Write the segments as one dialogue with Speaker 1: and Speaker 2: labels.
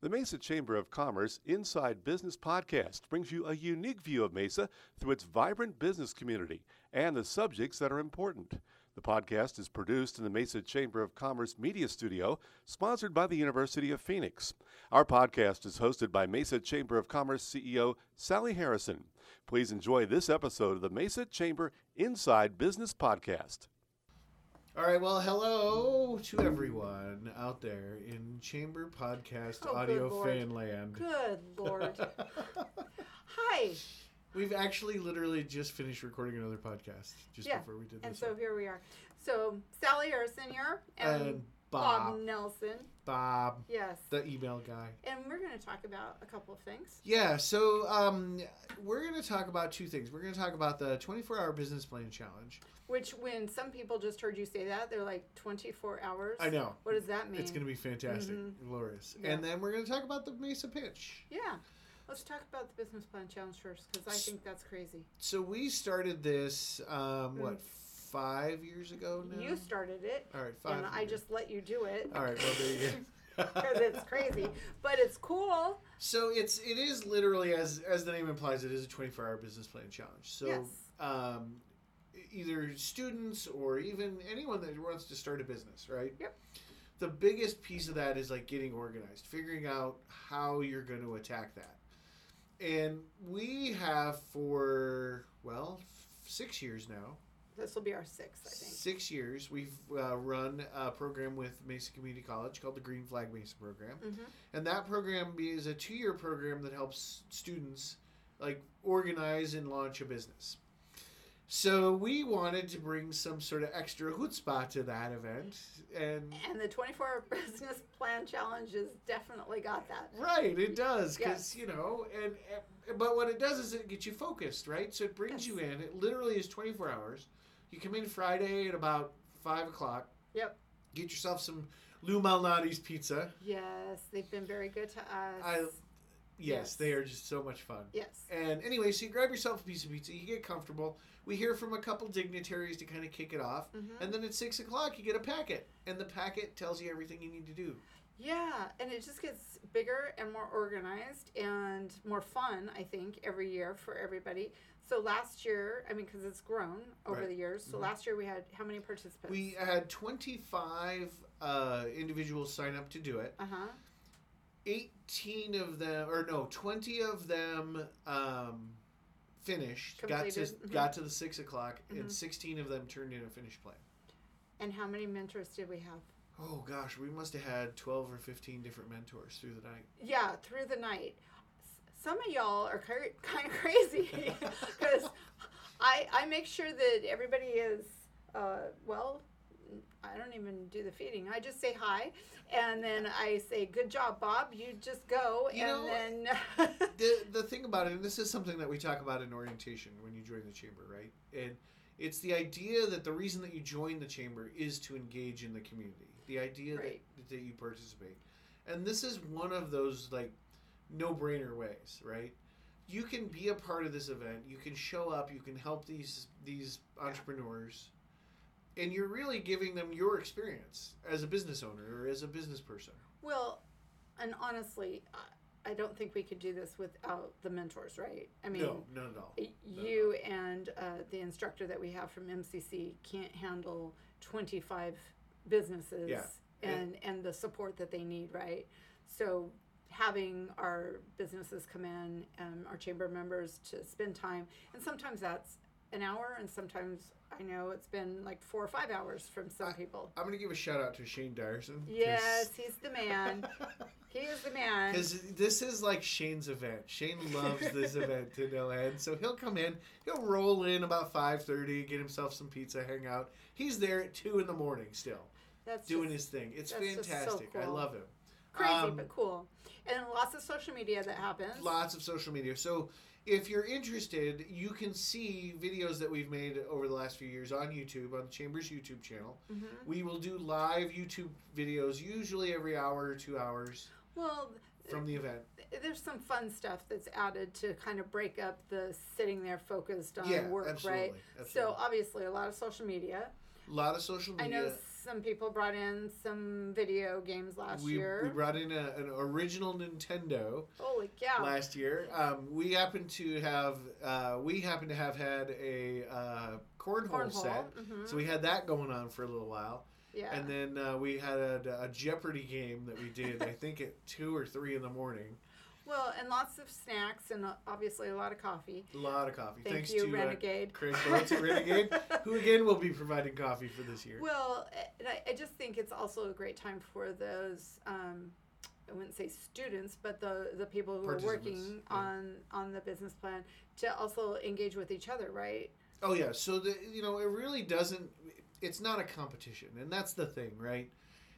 Speaker 1: The Mesa Chamber of Commerce Inside Business Podcast brings you a unique view of Mesa through its vibrant business community and the subjects that are important. The podcast is produced in the Mesa Chamber of Commerce Media Studio, sponsored by the University of Phoenix. Our podcast is hosted by Mesa Chamber of Commerce CEO Sally Harrison. Please enjoy this episode of the Mesa Chamber Inside Business Podcast.
Speaker 2: All right, well, hello to everyone out there in Chamber Podcast
Speaker 3: Oh, good
Speaker 2: Audio
Speaker 3: Lord.
Speaker 2: Fan Land.
Speaker 3: Good lord. Hi.
Speaker 2: We've actually literally just finished recording another podcast just
Speaker 3: Yeah,
Speaker 2: before we did this.
Speaker 3: And so
Speaker 2: one.
Speaker 3: here we are. So Sally Harrison here and,
Speaker 2: and
Speaker 3: Bob
Speaker 2: Bob,
Speaker 3: Nelson.
Speaker 2: Bob,
Speaker 3: Yes.
Speaker 2: the email guy.
Speaker 3: and we're going to talk about a couple of things.
Speaker 2: Yeah, so um, we're going to talk about two things. We're going to talk about the 24 hour business plan challenge.
Speaker 3: Which, when some people just heard you say that, they're like 24 hours.
Speaker 2: I know.
Speaker 3: What does that mean? Mm-hmm.
Speaker 2: It's going to be fantastic, glorious.
Speaker 3: Yeah.
Speaker 2: And then we're going to talk about the Mesa Pitch.
Speaker 3: Yeah. Let's talk about the business plan challenge first because I think that's crazy.
Speaker 2: So we started this, um, what, five years ago now?
Speaker 3: Hmm. You started it.
Speaker 2: All right, five.
Speaker 3: And I
Speaker 2: years.
Speaker 3: just let you do it
Speaker 2: All right, well there you go.
Speaker 3: because it's crazy, but it's cool.
Speaker 2: So it's it is literally as as the name implies, it is a 24 hour business plan challenge. So
Speaker 3: Yes.
Speaker 2: um, either students or even anyone that wants to start a business, right?
Speaker 3: Yep.
Speaker 2: The biggest piece of that is like getting organized, figuring out how you're going to attack that. And we have for well six years now
Speaker 3: This will be our sixth, I think.
Speaker 2: six years we've uh, run a program with mesa community college called the green flag mesa program
Speaker 3: Mhm.
Speaker 2: and that program is a two-year program that helps students like organize and launch a business so we wanted to bring some sort of extra chutzpah to that event and
Speaker 3: And the 24 hour business plan challenge has definitely got that.
Speaker 2: right it does because
Speaker 3: Yes.
Speaker 2: you know and and- but what it does is it gets you focused right so it brings
Speaker 3: Yes.
Speaker 2: you in it literally is 24 hours you come in friday at about five o'clock
Speaker 3: Yep.
Speaker 2: Get yourself some Lou Malnati's pizza.
Speaker 3: Yes, they've been very good to us.
Speaker 2: I- Yes,
Speaker 3: Yes.
Speaker 2: they are just so much fun.
Speaker 3: yes.
Speaker 2: And anyway, so you grab yourself a piece of pizza, you get comfortable. We hear from a couple dignitaries to kind of kick it off.
Speaker 3: hmm
Speaker 2: And then at six o'clock, you get a packet, and the packet tells you everything you need to do.
Speaker 3: Yeah, and it just gets bigger and more organized and more fun, I think, every year for everybody. So last year, I mean, because it's grown over
Speaker 2: Right.
Speaker 3: the years. So
Speaker 2: Mhm.
Speaker 3: last year we had how many participants?
Speaker 2: We had 25 uh, individuals sign up to do it.
Speaker 3: uh huh.
Speaker 2: 18 of them, or no, 20 of them um, finished, got to
Speaker 3: Completed, mhm.
Speaker 2: got to the six o'clock,
Speaker 3: Mhm.
Speaker 2: and 16 of them turned in a finished plan.
Speaker 3: And how many mentors did we have?
Speaker 2: Oh gosh, we must have had 12 or 15 different mentors through the night.
Speaker 3: Yeah, through the night. S- Some of y'all are kind of crazy because I I make sure that everybody is uh, well. I don't even do the feeding. I just say hi, and then I say, "Good job, Bob. You just go."
Speaker 2: You know,
Speaker 3: and then
Speaker 2: The the thing about it and this is something that we talk about in orientation when you join the chamber, right? And it's the idea that the reason that you join the chamber is to engage in the community. The idea
Speaker 3: Right.
Speaker 2: that that you participate. And this is one of those like no-brainer ways, right? You can be a part of this event. You can show up, you can help these these entrepreneurs. And you're really giving them your experience as a business owner or as a business person.
Speaker 3: well, and honestly, I, I don't think we could do this without the mentors, right? I mean,
Speaker 2: no, not at all.
Speaker 3: you and uh, the instructor that we have from MCC can't handle 25 businesses
Speaker 2: Yeah.
Speaker 3: and and the support that they need, right? So having our businesses come in and our chamber members to spend time, and sometimes that's an hour, and sometimes I know it's been like four or five hours from some
Speaker 2: I-
Speaker 3: people.
Speaker 2: I'm gonna give a shout out to Shane Dyerson. 'cause-
Speaker 3: Yes, he's the man. he is the man.
Speaker 2: Because this is like Shane's event. Shane loves this event to no end. So he'll come in, he'll roll in about five thirty, get himself some pizza, hang out. He's there at two in the morning still,
Speaker 3: That's
Speaker 2: doing
Speaker 3: just-
Speaker 2: his thing. It's
Speaker 3: that's just so
Speaker 2: fantastic. I
Speaker 3: cool.
Speaker 2: love him.
Speaker 3: crazy
Speaker 2: Um,
Speaker 3: but cool, and lots of social media that happens.
Speaker 2: Lots of social media. So if you're interested, you can see videos that we've made over the last few years on YouTube, on the Chambers YouTube channel.
Speaker 3: hmm
Speaker 2: We will do live YouTube videos, usually every hour or two hours
Speaker 3: Well,
Speaker 2: from
Speaker 3: Uh,
Speaker 2: the event.
Speaker 3: there's some fun stuff that's added to kind of break up the sitting there focused on work, right? So obviously a lot of social media.
Speaker 2: A lot of social media.
Speaker 3: I know some people brought in some video games last
Speaker 2: we,
Speaker 3: year.
Speaker 2: we brought in a, an original Nintendo
Speaker 3: Holy cow!
Speaker 2: last year. Um, we happen to have uh, we happen to have had a uh, cornhole, set,
Speaker 3: mhm.
Speaker 2: so we had that going on for a little while,
Speaker 3: yeah.
Speaker 2: and then uh, we had a, a Jeopardy game that we did. I think at two or three in the morning.
Speaker 3: well, and lots of snacks and uh, obviously a lot of coffee.
Speaker 2: A lot of coffee.
Speaker 3: Thank
Speaker 2: Thanks
Speaker 3: you,
Speaker 2: to uh,
Speaker 3: Renegade.
Speaker 2: Chris Boats at Renegade, who again will be providing coffee for this year.
Speaker 3: Well, and I, I just think it's also a great time for those. Um, I wouldn't say students, but the the people who are working
Speaker 2: Participants, yeah.
Speaker 3: on on the business plan to also engage with each other, right?
Speaker 2: Oh yeah, so the you know it really doesn't. It's not a competition, and that's the thing, right?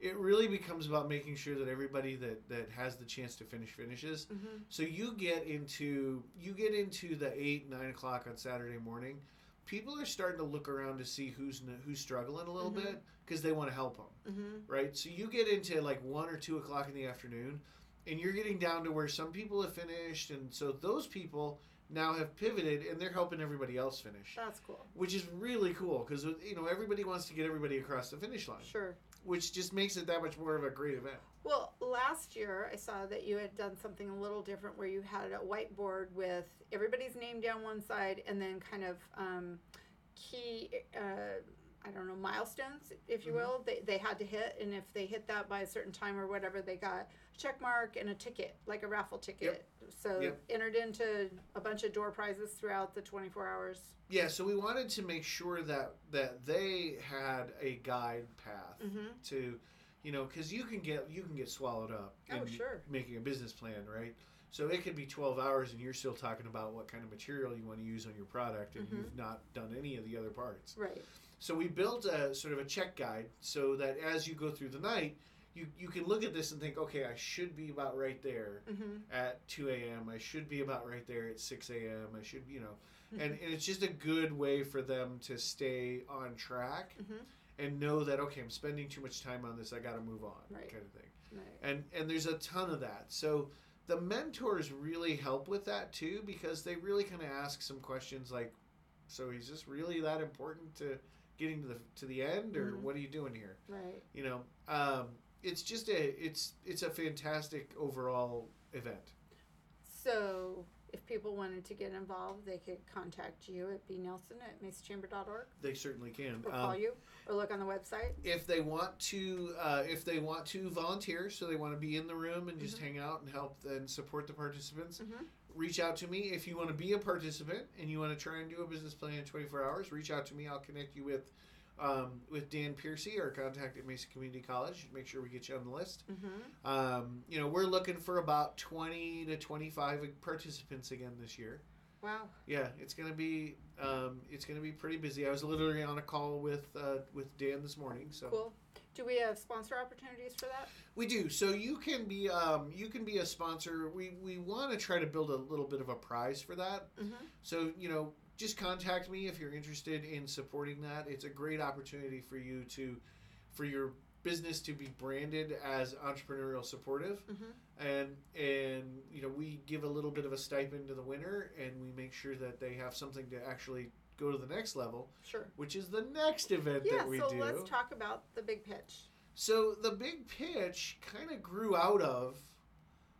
Speaker 2: It really becomes about making sure that everybody that that has the chance to finish finishes.
Speaker 3: Mhm.
Speaker 2: So you get into you get into the eight nine o'clock on Saturday morning. People are starting to look around to see who's n- who's struggling a little
Speaker 3: Mhm.
Speaker 2: bit because they want to help them
Speaker 3: Mm-hmm.
Speaker 2: right? So you get into like one or two o'clock in the afternoon, and you're getting down to where some people have finished, and so those people now have pivoted and they're helping everybody else finish,
Speaker 3: That's cool.
Speaker 2: which is really cool because you know everybody wants to get everybody across the finish line,
Speaker 3: Sure.
Speaker 2: which just makes it that much more of a great event.
Speaker 3: Well, last year I saw that you had done something a little different where you had a whiteboard with everybody's name down one side and then kind of um, key, uh, I don't know, milestones, if you
Speaker 2: Mhm.
Speaker 3: will, they, they had to hit. And if they hit that by a certain time or whatever, they got a check mark and a ticket, like a raffle ticket. So
Speaker 2: Yep.
Speaker 3: entered into a bunch of door prizes throughout the 24 hours.
Speaker 2: Yeah, so we wanted to make sure that that they had a guide path
Speaker 3: Mhm.
Speaker 2: to, you know, because you can get you can get swallowed up
Speaker 3: Oh,
Speaker 2: in
Speaker 3: sure.
Speaker 2: making a business plan, right? So it could be twelve hours, and you're still talking about what kind of material you want to use on your product, and
Speaker 3: Mm-hmm.
Speaker 2: you've not done any of the other parts.
Speaker 3: Right.
Speaker 2: So we built a sort of a check guide so that as you go through the night, you you can look at this and think, okay, I should be about right there
Speaker 3: Mm-hmm.
Speaker 2: at 2 a.m. I should be about right there at 6 a.m. I should, you know,
Speaker 3: Hmm.
Speaker 2: and, and it's just a good way for them to stay on track
Speaker 3: Mhm.
Speaker 2: and know that okay, I'm spending too much time on this. I got to move on,
Speaker 3: Right.
Speaker 2: kind of thing.
Speaker 3: Mm-hmm. Right.
Speaker 2: And and there's a ton of that. So the mentors really help with that too because they really kind of ask some questions like, so is this really that important to getting to the to the end, or
Speaker 3: Mhm.
Speaker 2: what are you doing here?
Speaker 3: Right.
Speaker 2: You know, um, it's just a it's it's a fantastic overall event.
Speaker 3: So if people wanted to get involved, they could contact you at bnelson at macechamber.org
Speaker 2: They certainly can.
Speaker 3: or call
Speaker 2: Um,
Speaker 3: you or look on the website.
Speaker 2: if they want to, uh, if they want to volunteer, so they want to be in the room and just hang out and help and support the participants,
Speaker 3: Mhm.
Speaker 2: reach out to me. If you want to be a participant and you want to try and do a business plan in 24 hours, reach out to me. I'll connect you with um, with Dan Piercy or contact at Mesa Community College. Make sure we get you on the list.
Speaker 3: Mm-hmm.
Speaker 2: Um, you know, we're looking for about 20 to 25 participants again this year.
Speaker 3: Wow.
Speaker 2: Yeah, it's gonna be um, it's gonna be pretty busy. I was literally on a call with uh, with Dan this morning, so
Speaker 3: Cool. Do we have sponsor opportunities for that?
Speaker 2: we do. So you can be um, you can be a sponsor. We we want to try to build a little bit of a prize for that.
Speaker 3: Mm-hmm.
Speaker 2: So you know, just contact me if you're interested in supporting that. It's a great opportunity for you to for your business to be branded as entrepreneurial supportive
Speaker 3: Mhm.
Speaker 2: and and you know we give a little bit of a stipend to the winner and we make sure that they have something to actually go to the next level
Speaker 3: Sure.
Speaker 2: which is the next event
Speaker 3: Yeah,
Speaker 2: that we
Speaker 3: so
Speaker 2: do.
Speaker 3: let's talk about the big pitch.
Speaker 2: so the big pitch kind of grew out of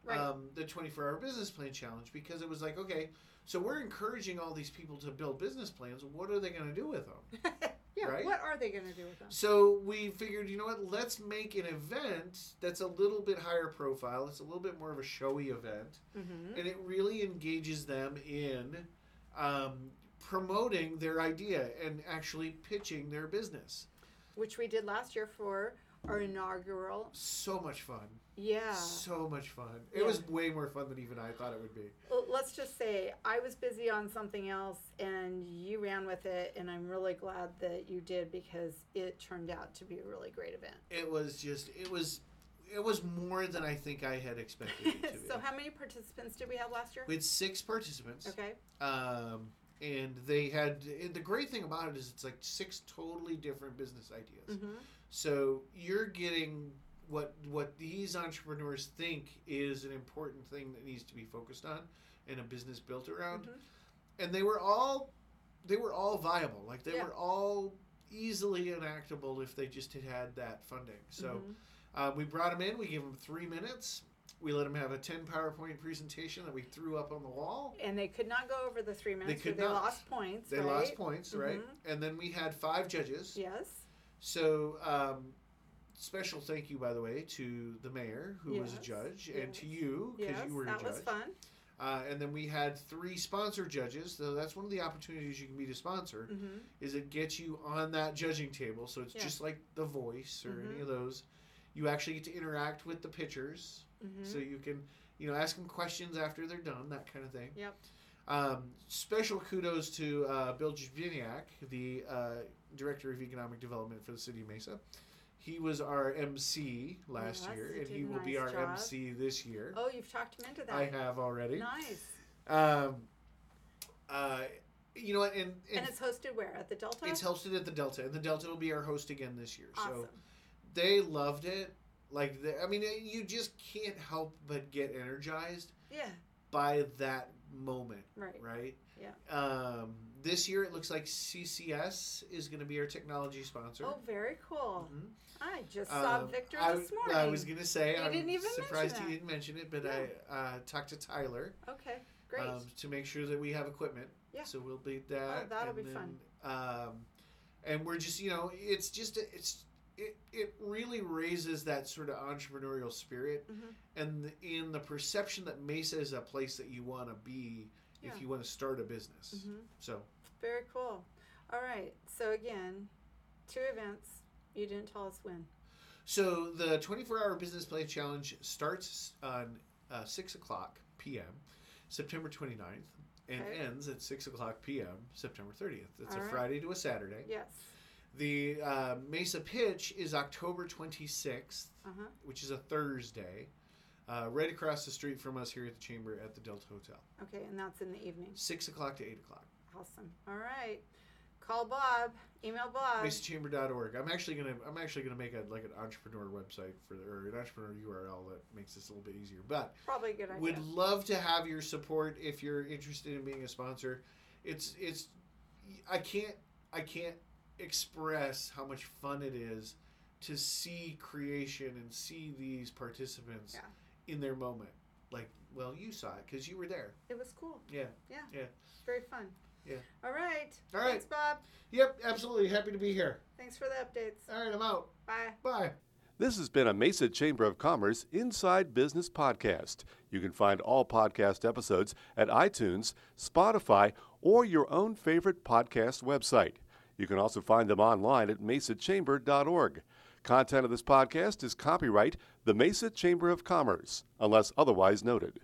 Speaker 3: Right.
Speaker 2: um, the 24 hour business plan challenge because it was like, okay, so we're encouraging all these people to build business plans. What are they going to do with them?
Speaker 3: yeah,
Speaker 2: right?
Speaker 3: what are they going to do with them?
Speaker 2: so we figured, you know what, let's make an event that's a little bit higher profile, it's a little bit more of a showy event
Speaker 3: Mm-hmm.
Speaker 2: and it really engages them in um, promoting their idea and actually pitching their business.
Speaker 3: Which we did last year for our inaugural.
Speaker 2: So much fun.
Speaker 3: Yeah.
Speaker 2: So much fun. It
Speaker 3: Yeah.
Speaker 2: was way more fun than even I thought it would be.
Speaker 3: Well, let's just say I was busy on something else and you ran with it, and I'm really glad that you did because it turned out to be a really great event.
Speaker 2: It was just it was it was more than I think I had expected it to be.
Speaker 3: so, how many participants did we have last year?
Speaker 2: we had six participants.
Speaker 3: Okay.
Speaker 2: Um and they had and the great thing about it is it's like six totally different business ideas.
Speaker 3: Mm-hmm.
Speaker 2: So you're getting what what these entrepreneurs think is an important thing that needs to be focused on and a business built around.
Speaker 3: Mhm.
Speaker 2: And they were all they were all viable. Like they
Speaker 3: Yeah.
Speaker 2: were all easily enactable if they just had had that funding. So
Speaker 3: Mm-hmm.
Speaker 2: uh, we brought him in. We gave him three minutes. We let him have a ten PowerPoint presentation that we threw up on the wall.
Speaker 3: and they could not go over the three minutes. 'cause
Speaker 2: could
Speaker 3: they
Speaker 2: not.
Speaker 3: lost points.
Speaker 2: They
Speaker 3: right? Mm-hmm.
Speaker 2: lost points, right? And then we had five judges.
Speaker 3: Yes.
Speaker 2: So, um, special thank you, by the way, to the mayor who was a
Speaker 3: Yes,
Speaker 2: judge, and to
Speaker 3: yes,
Speaker 2: you because
Speaker 3: Yes.
Speaker 2: you were a
Speaker 3: that
Speaker 2: judge.
Speaker 3: was fun.
Speaker 2: Uh, and then we had three sponsor judges. So that's one of the opportunities you can be to sponsor
Speaker 3: hmm
Speaker 2: is it gets you on that judging table. So it's
Speaker 3: Yeah.
Speaker 2: just like The Voice or any
Speaker 3: Mhm.
Speaker 2: of those. You actually get to interact with the pitchers,
Speaker 3: hmm
Speaker 2: so you can you know ask them questions after they're done, that kind of thing.
Speaker 3: Yep.
Speaker 2: Um, special kudos to uh, Bill Jubiniak, the uh, director of economic development for the city of Mesa. He was our MC last
Speaker 3: Yes,
Speaker 2: year,
Speaker 3: he
Speaker 2: and
Speaker 3: did
Speaker 2: he
Speaker 3: Oh, a
Speaker 2: will be our
Speaker 3: nice job.
Speaker 2: MC this year.
Speaker 3: Oh, you've talked him into that.
Speaker 2: I have already.
Speaker 3: Nice.
Speaker 2: Um, uh, you know what? And, and,
Speaker 3: And it's hosted where? At the Delta?
Speaker 2: it's hosted at the Delta, and the Delta will be our host again this year.
Speaker 3: awesome.
Speaker 2: So they loved it. Like, the, I mean, you just can't help but get energized
Speaker 3: yeah.
Speaker 2: by that moment,
Speaker 3: Right.
Speaker 2: right?
Speaker 3: Yeah.
Speaker 2: Um, this year, it looks like CCS is going to be our technology sponsor.
Speaker 3: Oh, very cool.
Speaker 2: Mhm.
Speaker 3: I just saw
Speaker 2: Um,
Speaker 3: Victor
Speaker 2: I,
Speaker 3: this morning.
Speaker 2: I was going to say,
Speaker 3: You
Speaker 2: I'm
Speaker 3: didn't even mention
Speaker 2: surprised
Speaker 3: that.
Speaker 2: he didn't mention it, but
Speaker 3: No.
Speaker 2: I uh, talked to Tyler
Speaker 3: okay. Great.
Speaker 2: um, to make sure that we have equipment.
Speaker 3: Yeah.
Speaker 2: So we'll be that.
Speaker 3: that'll
Speaker 2: and
Speaker 3: be fun.
Speaker 2: then, Um, and we're just, you know, it's just, a- it's, it, it really raises that sort of entrepreneurial spirit
Speaker 3: Mhm.
Speaker 2: and the, in the perception that Mesa is a place that you want to be
Speaker 3: Yeah.
Speaker 2: if you want to start a business.
Speaker 3: hmm
Speaker 2: So
Speaker 3: Very cool. All right. So again, two events. You didn't tell us when.
Speaker 2: So the 24-hour business plan challenge starts on uh, six o'clock p.m. September 29th and
Speaker 3: Okay.
Speaker 2: ends at six o'clock p.m. September 30th. It's
Speaker 3: All
Speaker 2: a
Speaker 3: right.
Speaker 2: Friday to a Saturday.
Speaker 3: Yes.
Speaker 2: The uh, Mesa pitch is October 26th,
Speaker 3: Uh huh.
Speaker 2: which is a Thursday, uh, right across the street from us here at the chamber at the Delta Hotel.
Speaker 3: Okay, and that's in the evening.
Speaker 2: Six o'clock to eight o'clock.
Speaker 3: Awesome. All right. Call Bob. Email Bob.
Speaker 2: MesaChamber.org. I'm actually gonna I'm actually gonna make a like an entrepreneur website for or an entrepreneur URL that makes this a little bit easier. But
Speaker 3: Probably a good idea.
Speaker 2: Would love to have your support if you're interested in being a sponsor. It's it's I can't I can't express how much fun it is to see creation and see these participants
Speaker 3: Yeah.
Speaker 2: in their moment. Like, well, you saw it because you were there.
Speaker 3: It was cool.
Speaker 2: Yeah.
Speaker 3: Yeah.
Speaker 2: Yeah.
Speaker 3: Very fun.
Speaker 2: Yeah.
Speaker 3: All right.
Speaker 2: All right.
Speaker 3: Thanks, Bob.
Speaker 2: Yep, absolutely. Happy to be here.
Speaker 3: Thanks for the updates.
Speaker 2: All right, I'm out.
Speaker 3: Bye.
Speaker 2: Bye.
Speaker 1: This has been a Mesa Chamber of Commerce Inside Business podcast. You can find all podcast episodes at iTunes, Spotify, or your own favorite podcast website. You can also find them online at mesachamber.org. Content of this podcast is copyright the Mesa Chamber of Commerce, unless otherwise noted.